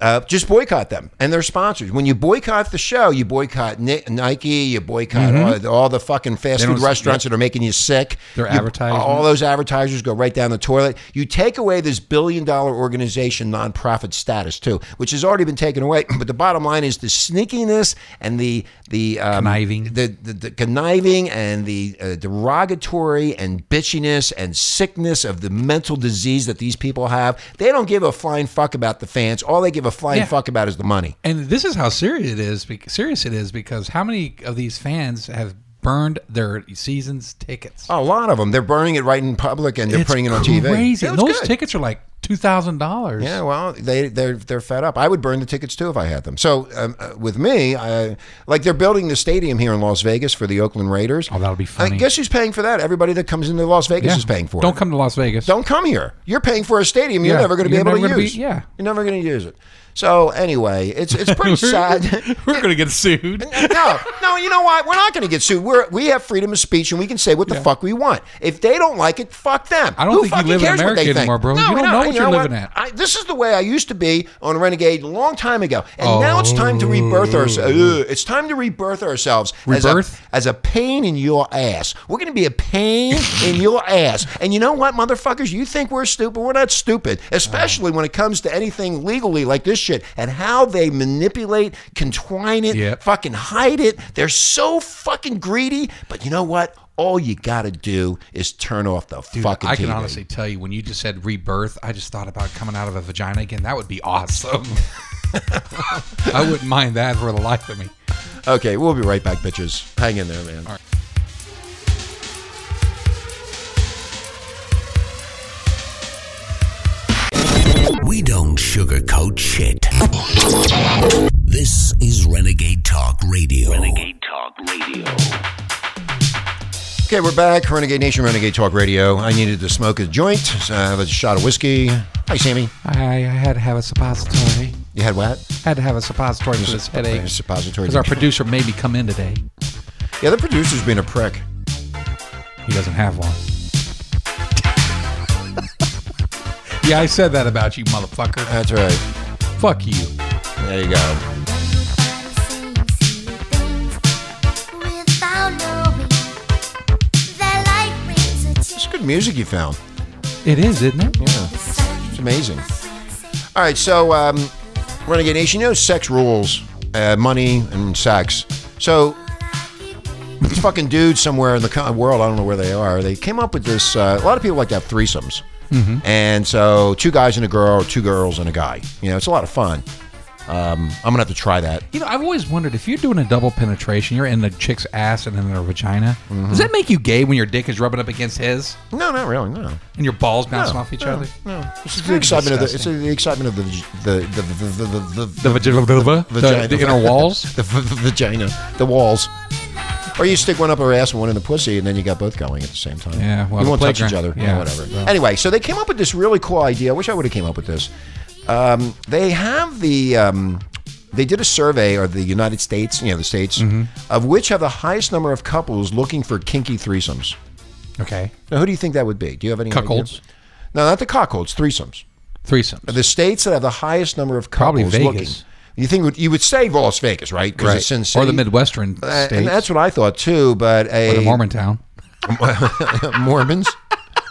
[SPEAKER 2] Uh, just boycott them and their sponsors. When you boycott the show, you boycott Ni- Nike, you boycott all, the, all the fucking fast
[SPEAKER 3] Mm-hmm. They
[SPEAKER 2] food
[SPEAKER 3] don't-
[SPEAKER 2] restaurants that are making you sick.
[SPEAKER 3] Their
[SPEAKER 2] You-
[SPEAKER 3] advertisement.
[SPEAKER 2] All those advertisers go right down the toilet. You take away this billion dollar organization nonprofit status too, which has already been taken away. But the bottom line is the sneakiness and the the um,
[SPEAKER 3] Conniving.
[SPEAKER 2] the, the, the conniving and the uh, derogatory and bitchiness and sickness of the mental disease that these people have. They don't give a flying fuck about the fans. All they give a flying
[SPEAKER 3] Yeah.
[SPEAKER 2] fuck about is the money.
[SPEAKER 3] And this is how serious it is. bec- Serious it is because how many of these fans have burned their season's tickets?
[SPEAKER 2] A lot of them, they're burning it right in public and they're
[SPEAKER 3] It's
[SPEAKER 2] putting it on TV.
[SPEAKER 3] Crazy.
[SPEAKER 2] Yeah,
[SPEAKER 3] And
[SPEAKER 2] it's
[SPEAKER 3] Those
[SPEAKER 2] good.
[SPEAKER 3] tickets are like two thousand dollars.
[SPEAKER 2] Yeah, well, they they're they're fed up. I would burn the tickets too if I had them. So um, uh, with me, I, like they're building the stadium here in Las Vegas for the Oakland Raiders.
[SPEAKER 3] Oh, that'll be funny.
[SPEAKER 2] I guess who's paying for that? Everybody that comes into Las Vegas is paying for
[SPEAKER 3] Don't
[SPEAKER 2] it.
[SPEAKER 3] come to Las Vegas.
[SPEAKER 2] Don't come here. You're paying for a stadium you're
[SPEAKER 3] Yeah,
[SPEAKER 2] never going to be
[SPEAKER 3] you're
[SPEAKER 2] able
[SPEAKER 3] never
[SPEAKER 2] to
[SPEAKER 3] gonna be-
[SPEAKER 2] use.
[SPEAKER 3] yeah.
[SPEAKER 2] you're never going to use it. So anyway, it's it's pretty sad.
[SPEAKER 4] We're gonna get sued.
[SPEAKER 2] no, no, you know what? We're not going to get sued. We're, we have freedom of speech and we can say what the fuck we want. If they don't like it, fuck them.
[SPEAKER 3] I don't
[SPEAKER 2] Who
[SPEAKER 3] think you
[SPEAKER 2] fucking
[SPEAKER 3] live in
[SPEAKER 2] cares what
[SPEAKER 3] America
[SPEAKER 2] they think?
[SPEAKER 3] anymore, bro.
[SPEAKER 2] No,
[SPEAKER 3] You
[SPEAKER 2] we
[SPEAKER 3] don't know what
[SPEAKER 2] You
[SPEAKER 3] you're living at.
[SPEAKER 2] I, this is the way I used to be on Renegade a long time ago. And now it's time to rebirth ourselves. It's time to rebirth ourselves
[SPEAKER 3] Oh. Rebirth?
[SPEAKER 2] As, a, as a pain in your ass. We're going to be a pain in your ass. And you know what, motherfuckers? You think we're stupid. We're not stupid, especially when it comes to anything legally like this shit and how they manipulate, contwine it,
[SPEAKER 3] Yep.
[SPEAKER 2] fucking hide it. They're so fucking greedy. But you know what? All you got to do is turn off the fucking
[SPEAKER 3] I can
[SPEAKER 2] TV.
[SPEAKER 3] honestly tell you when you just said rebirth, I just thought about coming out of a vagina again. That would be awesome. I wouldn't mind that for the life of me.
[SPEAKER 2] Okay, we'll be right back, bitches. Hang in there, man.
[SPEAKER 1] We don't sugarcoat shit. This is Renegade Talk Radio. Renegade Talk Radio.
[SPEAKER 2] Okay, we're back. Renegade Nation, Renegade Talk Radio. I needed to smoke a joint, so I have a shot of whiskey. Hi, Sammy.
[SPEAKER 3] I, I had to have a suppository.
[SPEAKER 2] You had what?
[SPEAKER 3] Had to have a suppository for this headache.
[SPEAKER 2] Suppository.
[SPEAKER 3] Because our producer made me come in today.
[SPEAKER 2] yeah, the producer's being a prick.
[SPEAKER 3] He doesn't have one. yeah, I said that about you, motherfucker.
[SPEAKER 2] That's right.
[SPEAKER 3] Fuck you.
[SPEAKER 2] There you go. It's good music you found.
[SPEAKER 3] It is, isn't it?
[SPEAKER 2] Yeah, it's amazing. All right, so um, Renegade Nation, you know sex rules, uh, money, and sex. So these fucking dudes somewhere in the co- world, I don't know where they are, they came up with this. Uh, a lot of people like to have threesomes.
[SPEAKER 3] Mm-hmm.
[SPEAKER 2] And so two guys and a girl, or two girls and a guy. You know, it's a lot of fun. Um, I'm going to have to try that.
[SPEAKER 3] You know, I've always wondered if you're doing a double penetration, you're in the chick's ass and in their vagina. Does that make you gay when your dick is rubbing up against his
[SPEAKER 2] No, not really, no.
[SPEAKER 3] and your balls bouncing
[SPEAKER 2] No,
[SPEAKER 3] off each
[SPEAKER 2] no,
[SPEAKER 3] other?
[SPEAKER 2] No. It's,
[SPEAKER 3] It's
[SPEAKER 2] the
[SPEAKER 3] kinda
[SPEAKER 2] excitement of the, it's
[SPEAKER 3] disgusting.
[SPEAKER 2] the excitement of the, vag- the, the, the, the, the, the
[SPEAKER 3] The vagina, the,
[SPEAKER 2] vagina.
[SPEAKER 3] the inner walls.
[SPEAKER 2] the v- v- vagina, the walls. Or you stick one up her ass and one in the pussy, and then you got both going at the same time.
[SPEAKER 3] Yeah, well,
[SPEAKER 2] you
[SPEAKER 3] the
[SPEAKER 2] won't touch each other.
[SPEAKER 3] playground-
[SPEAKER 2] Yeah,
[SPEAKER 3] yeah,
[SPEAKER 2] whatever.
[SPEAKER 3] so-
[SPEAKER 2] Anyway, so they came up with this really cool idea. I wish I would have came up with this. Um, they have the. Um, they did a survey of the United States, you know, the states,
[SPEAKER 3] Mm-hmm.
[SPEAKER 2] of which have the highest number of couples looking for kinky threesomes.
[SPEAKER 3] Okay,
[SPEAKER 2] Now, who do you think that would be? Do you have any idea?
[SPEAKER 3] Cuckolds.
[SPEAKER 2] No, not the cuckolds. Threesomes.
[SPEAKER 3] threesomes.
[SPEAKER 2] The states that have the highest number of
[SPEAKER 3] Probably
[SPEAKER 2] couples
[SPEAKER 3] Vegas.
[SPEAKER 2] looking. You think would- you would say Las Vegas, right? 'Cause it's Sin
[SPEAKER 3] or the
[SPEAKER 2] City.
[SPEAKER 3] Midwestern
[SPEAKER 2] Uh,
[SPEAKER 3] states,
[SPEAKER 2] and that's what I thought too. But
[SPEAKER 3] or
[SPEAKER 2] a
[SPEAKER 3] the Mormon town.
[SPEAKER 2] Mormons.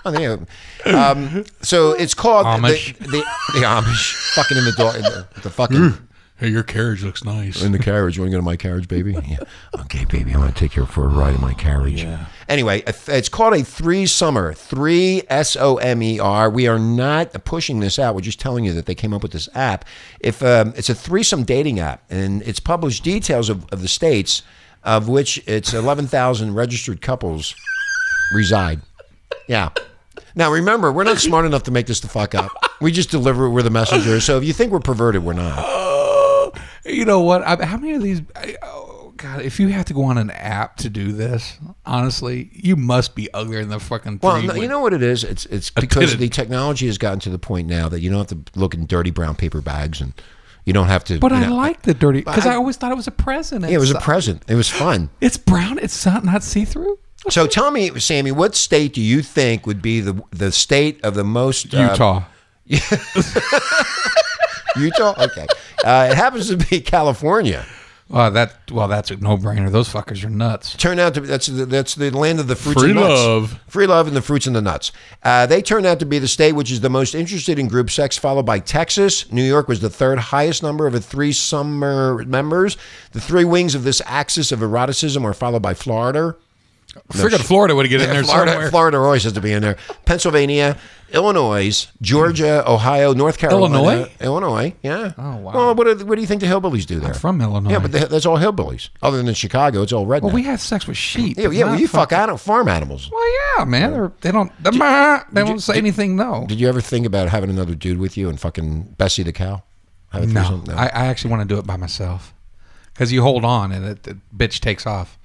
[SPEAKER 2] Oh, there you go. Um, so it's called
[SPEAKER 3] Amish.
[SPEAKER 2] The, the, the Amish. fucking in the dog. The, the fucking
[SPEAKER 3] Mm.
[SPEAKER 4] Hey, your carriage looks nice.
[SPEAKER 2] in the carriage. You want to go to my carriage, baby? Yeah. Okay, baby. I'm going to take you for a ride in my carriage. Anyway, a th- it's called a three summer. Three S O M E R. We are not pushing this out. We're just telling you that they came up with this app. If um, it's a threesome dating app, and it's published details of, of the states of which it's 11,000 registered couples reside. Yeah. Now remember, we're not smart enough to make this the fuck up. We just deliver it. We're the messengers. So if you think we're perverted, we're not.
[SPEAKER 3] You know what? I, how many of these? I, oh God! If you have to go on an app to do this, honestly, you must be uglier than the fucking.
[SPEAKER 2] Well,
[SPEAKER 3] three
[SPEAKER 2] no, you
[SPEAKER 3] with-
[SPEAKER 2] know what it is? It's it's because
[SPEAKER 4] titted-
[SPEAKER 2] the technology has gotten to the point now that you don't have to look in dirty brown paper bags and you don't have to.
[SPEAKER 3] But
[SPEAKER 2] you
[SPEAKER 3] I
[SPEAKER 2] know-
[SPEAKER 3] like the dirty because
[SPEAKER 2] I-
[SPEAKER 3] I, always thought it was a present.
[SPEAKER 2] Yeah, it was a
[SPEAKER 3] It's-
[SPEAKER 2] present. It was fun.
[SPEAKER 3] It's brown. It's not not see through.
[SPEAKER 2] So tell me, Sammy, what state do you think would be the the state of the most uh,
[SPEAKER 3] Utah.
[SPEAKER 2] Utah. Okay, uh, it happens to be California.
[SPEAKER 3] Oh, that well, that's a no brainer. Those fuckers are nuts.
[SPEAKER 2] Turned out to be, that's the, that's the land of the fruits
[SPEAKER 4] Free
[SPEAKER 2] and nuts.
[SPEAKER 4] love.
[SPEAKER 2] free love, and the fruits and the nuts. Uh, they turned out to be the state which is the most interested in group sex, followed by Texas. New York was the third highest number of the three summer members. The three wings of this axis of eroticism are followed by Florida.
[SPEAKER 4] Figured Florida would get in there
[SPEAKER 2] Florida,
[SPEAKER 4] somewhere.
[SPEAKER 2] Florida always has to be in there. Pennsylvania, Illinois, Georgia, Ohio, North Carolina,
[SPEAKER 3] Illinois?
[SPEAKER 2] Illinois. Yeah.
[SPEAKER 3] Oh, wow.
[SPEAKER 2] Well, what, do- what do you think the hillbillies do there?
[SPEAKER 3] from Illinois.
[SPEAKER 2] Yeah, but they, that's all hillbillies. Other than Chicago, it's all redneck.
[SPEAKER 3] Well, we have sex with sheep.
[SPEAKER 2] yeah, yeah. Well,
[SPEAKER 3] not
[SPEAKER 2] you fuck
[SPEAKER 3] fucking-
[SPEAKER 2] out farm animals.
[SPEAKER 3] Well, yeah, man. They're, they don't. They're, meh, they don't say anything. No.
[SPEAKER 2] Did you ever think about having another dude with you and fucking Bessie the cow? Have a
[SPEAKER 3] No,
[SPEAKER 2] threesome?
[SPEAKER 3] I, I actually want to do it by myself because you hold on and it, the bitch takes off.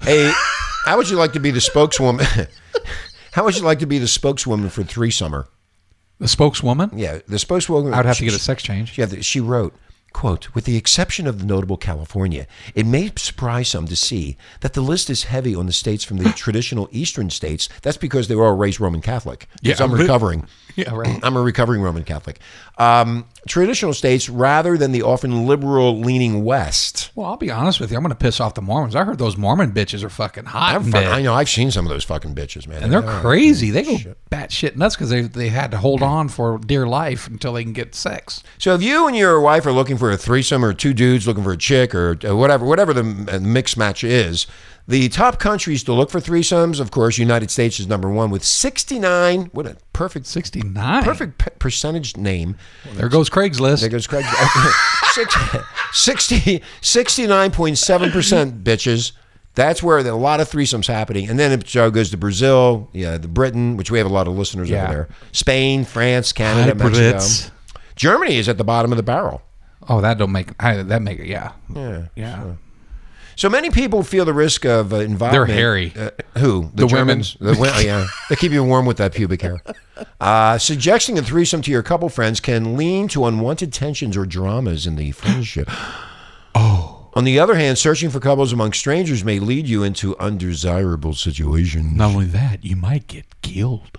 [SPEAKER 2] Hey, how would you like to be the spokeswoman? how would you like to be the spokeswoman for threesummer?
[SPEAKER 3] The spokeswoman.
[SPEAKER 2] Yeah, the spokeswoman.
[SPEAKER 3] I would have to
[SPEAKER 2] she-
[SPEAKER 3] get a sex change.
[SPEAKER 2] She, yeah, she wrote. Quote, with the exception of the notable California, it may surprise some to see that the list is heavy on the states from the traditional eastern states. That's because they were all raised Roman Catholic. Because
[SPEAKER 4] Yeah,
[SPEAKER 2] I'm
[SPEAKER 4] but-
[SPEAKER 2] recovering.
[SPEAKER 3] Yeah, right.
[SPEAKER 2] I'm a recovering Roman Catholic. Um, traditional states rather than the often liberal leaning West.
[SPEAKER 3] Well, I'll be honest with you. I'm going to piss off the Mormons. I heard those Mormon bitches are fucking hot.
[SPEAKER 2] I'm
[SPEAKER 3] in
[SPEAKER 2] fuck-
[SPEAKER 3] bed.
[SPEAKER 2] I know. I've seen some of those fucking bitches, man.
[SPEAKER 3] and they're crazy. They go batshit nuts because they they had to hold on for dear life until they can get sex.
[SPEAKER 2] So if you and your wife are looking for a threesome or two dudes looking for a chick or uh, whatever, whatever the uh, mix match is, the top countries to look for threesomes, of course, United States is number one with 69. What a perfect,
[SPEAKER 3] Sixty nine.
[SPEAKER 2] perfect pe- percentage name.
[SPEAKER 3] There goes Craigslist.
[SPEAKER 2] There goes Craig. Six- 60 69.7% bitches. That's where there are a lot of threesomes happening. And then it uh, goes to Brazil, yeah, the Britain, which we have a lot of listeners
[SPEAKER 3] Yeah.
[SPEAKER 2] over there. Spain, France, Canada, Mexico.
[SPEAKER 3] Brits.
[SPEAKER 2] Germany is at the bottom of the barrel.
[SPEAKER 3] Oh, that don't make I, that make it. Yeah,
[SPEAKER 2] Yeah.
[SPEAKER 3] yeah.
[SPEAKER 2] So many people feel the risk of uh, involvement.
[SPEAKER 3] hairy.
[SPEAKER 2] Uh, who?
[SPEAKER 3] The women.
[SPEAKER 2] Germans? The wo- oh, yeah. They keep you warm with that pubic hair. Uh, suggesting a threesome to your couple friends can lean to unwanted tensions or dramas in the friendship. oh.
[SPEAKER 3] Oh.
[SPEAKER 2] On the other hand, searching for couples among strangers may lead you into undesirable situations.
[SPEAKER 3] Not only that, you might get killed.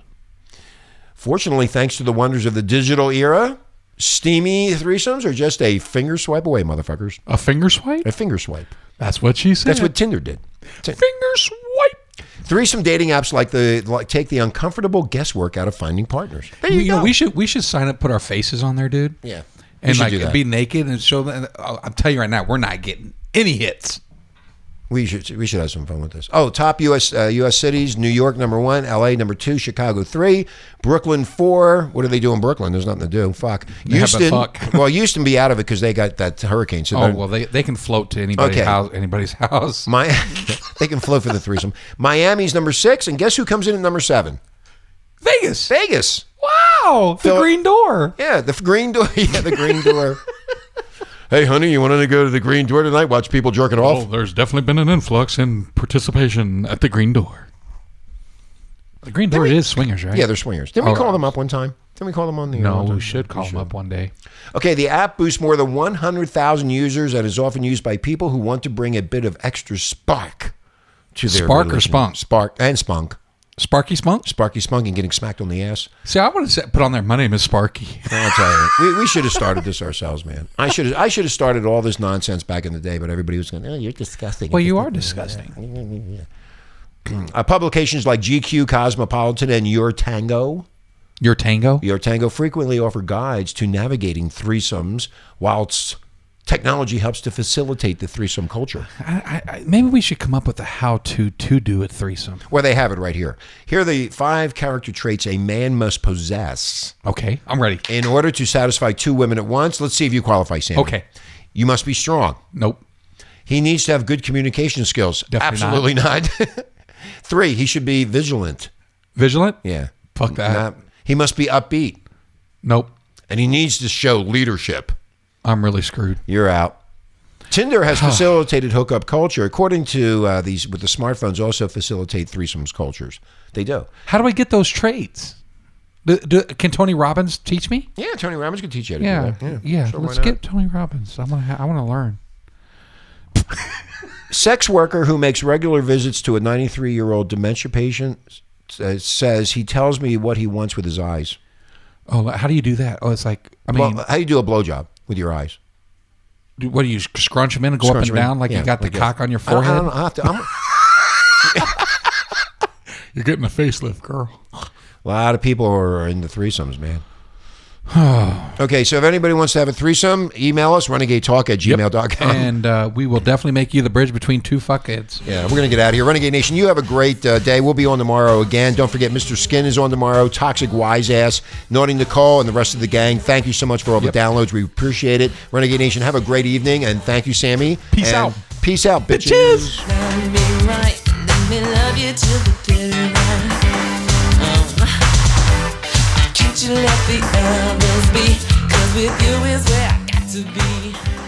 [SPEAKER 2] Fortunately, thanks to the wonders of the digital era, steamy threesomes are just a finger swipe away, motherfuckers.
[SPEAKER 3] A finger swipe.
[SPEAKER 2] A finger swipe.
[SPEAKER 3] That's what she said.
[SPEAKER 2] That's what Tinder did.
[SPEAKER 3] finger swipe.
[SPEAKER 2] Threesome dating apps like the like take the uncomfortable guesswork out of finding partners. There
[SPEAKER 3] You, know, we should we should sign up, put our faces on there, dude.
[SPEAKER 2] yeah, We
[SPEAKER 3] and
[SPEAKER 2] should do
[SPEAKER 3] like
[SPEAKER 2] that.
[SPEAKER 3] be naked and show them. I'll, I'll tell you right now, we're not getting any hits.
[SPEAKER 2] we should we should have some fun with this. Oh, top U.S. Uh, U.S. cities: New York number one, L.A. number two, Chicago three, Brooklyn four. What do they do in Brooklyn? There's nothing to do. Fuck
[SPEAKER 3] Yeah, but fuck.
[SPEAKER 2] well, Houston be out of it because they got that hurricane. So
[SPEAKER 3] Oh
[SPEAKER 2] they're-
[SPEAKER 3] well, they, they can float to anybody's
[SPEAKER 2] Okay.
[SPEAKER 3] house. Anybody's house.
[SPEAKER 2] Mi- they can flow for the threesome. Miami's number six, and guess who comes in at number seven?
[SPEAKER 3] Vegas.
[SPEAKER 2] Vegas.
[SPEAKER 3] Wow, the
[SPEAKER 2] Phil-
[SPEAKER 3] green door.
[SPEAKER 2] Yeah, the f- green door. Yeah, the green door. hey, honey, you wanted to go to the green door tonight? Watch people jerking off.
[SPEAKER 4] Oh, there's definitely been an influx in participation at the Green Door.
[SPEAKER 3] The green door is swingers, right?
[SPEAKER 2] Yeah, they're swingers. Didn't we
[SPEAKER 3] Oh,
[SPEAKER 2] call
[SPEAKER 3] right.
[SPEAKER 2] them up one time? Didn't we call them on the? uh,
[SPEAKER 3] No,
[SPEAKER 2] on the-
[SPEAKER 3] we should call them up one day.
[SPEAKER 2] Okay, the app boosts more than 100,000 users and is often used by people who want to bring a bit of extra spark to their
[SPEAKER 3] Spark or
[SPEAKER 2] relationship.
[SPEAKER 3] spunk?
[SPEAKER 2] Spark and spunk.
[SPEAKER 3] Sparky Smunk.
[SPEAKER 2] Sparky spunk and getting smacked on the ass.
[SPEAKER 3] See, I would have put on there. My name is Sparky.
[SPEAKER 2] I'll tell you, we, we should have started this ourselves, man. I should have I should have started all this nonsense back in the day, but everybody was going, "Oh, you're disgusting."
[SPEAKER 3] Well, you are disgusting.
[SPEAKER 2] uh, publications like GQ, Cosmopolitan, and Your Tango.
[SPEAKER 3] Your tango?
[SPEAKER 2] Your Tango frequently offer guides to navigating threesomes, whilst technology helps to facilitate the threesome culture.
[SPEAKER 3] I, I, I, maybe we should come up with a how to to do a threesome.
[SPEAKER 2] Well, they have it right here. Here are the five character traits a man must possess
[SPEAKER 3] Okay, I'm ready.
[SPEAKER 2] in order to satisfy two women at once. Let's see if you qualify, Sam.
[SPEAKER 3] Okay.
[SPEAKER 2] You must be strong.
[SPEAKER 3] Nope.
[SPEAKER 2] He needs to have good communication skills.
[SPEAKER 3] Definitely not.
[SPEAKER 2] Absolutely not. Three, he should be vigilant.
[SPEAKER 3] Vigilant?
[SPEAKER 2] Yeah.
[SPEAKER 3] Fuck that.
[SPEAKER 2] Not- he must be upbeat
[SPEAKER 3] Nope.
[SPEAKER 2] and he needs to show leadership.
[SPEAKER 3] I'm really screwed.
[SPEAKER 2] You're out. Tinder has facilitated hookup culture, according to uh, these. With the smartphones, also facilitate threesomes cultures. They do.
[SPEAKER 3] How do I get those traits? Do, do, can Tony Robbins teach me?
[SPEAKER 2] Yeah, Tony Robbins can teach you. How to
[SPEAKER 3] Yeah,
[SPEAKER 2] do
[SPEAKER 3] yeah.
[SPEAKER 2] that. sure, why
[SPEAKER 3] Let's
[SPEAKER 2] not?
[SPEAKER 3] get Tony Robbins. I want to. Ha- I want to learn.
[SPEAKER 2] sex worker who makes regular visits to a 93 year old dementia patient uh, says he tells me what he wants with his eyes.
[SPEAKER 3] Oh, like, how do you do that? Oh, it's like I mean,
[SPEAKER 2] well, how do you do a blowjob with your eyes?
[SPEAKER 3] do- what do you scrunch them in and go
[SPEAKER 2] Scrunch
[SPEAKER 3] up
[SPEAKER 2] 'em
[SPEAKER 3] and
[SPEAKER 2] in.
[SPEAKER 3] down like
[SPEAKER 2] Yeah,
[SPEAKER 3] you got the
[SPEAKER 2] like this.
[SPEAKER 3] cock on your
[SPEAKER 2] I don't- I
[SPEAKER 3] forehead?
[SPEAKER 2] don't know. I have to- I'm-
[SPEAKER 4] You're getting a facelift, girl.
[SPEAKER 2] A lot of people are in the threesomes, man. okay, so if anybody wants to have a threesome, email us, renegadetalk at gmail.com.
[SPEAKER 3] and uh, we will definitely make you the bridge between two fuckheads.
[SPEAKER 2] Yeah, we're going to get out of here. Renegade Nation, you have a great uh, day. We'll be on tomorrow again. Don't forget, Mr. Skin is on tomorrow, Toxic Wise Ass, Naughty Nicole, and the rest of the gang. Thank you so much for all the downloads. We appreciate it. Renegade Nation, have a great evening, and thank you, Sammy.
[SPEAKER 3] Peace
[SPEAKER 2] And
[SPEAKER 3] out.
[SPEAKER 2] Peace out, bitches.
[SPEAKER 5] Let me right, let me love you till the dead of night. Um, Can't you let the others be? 'Cause with you is where I got to be.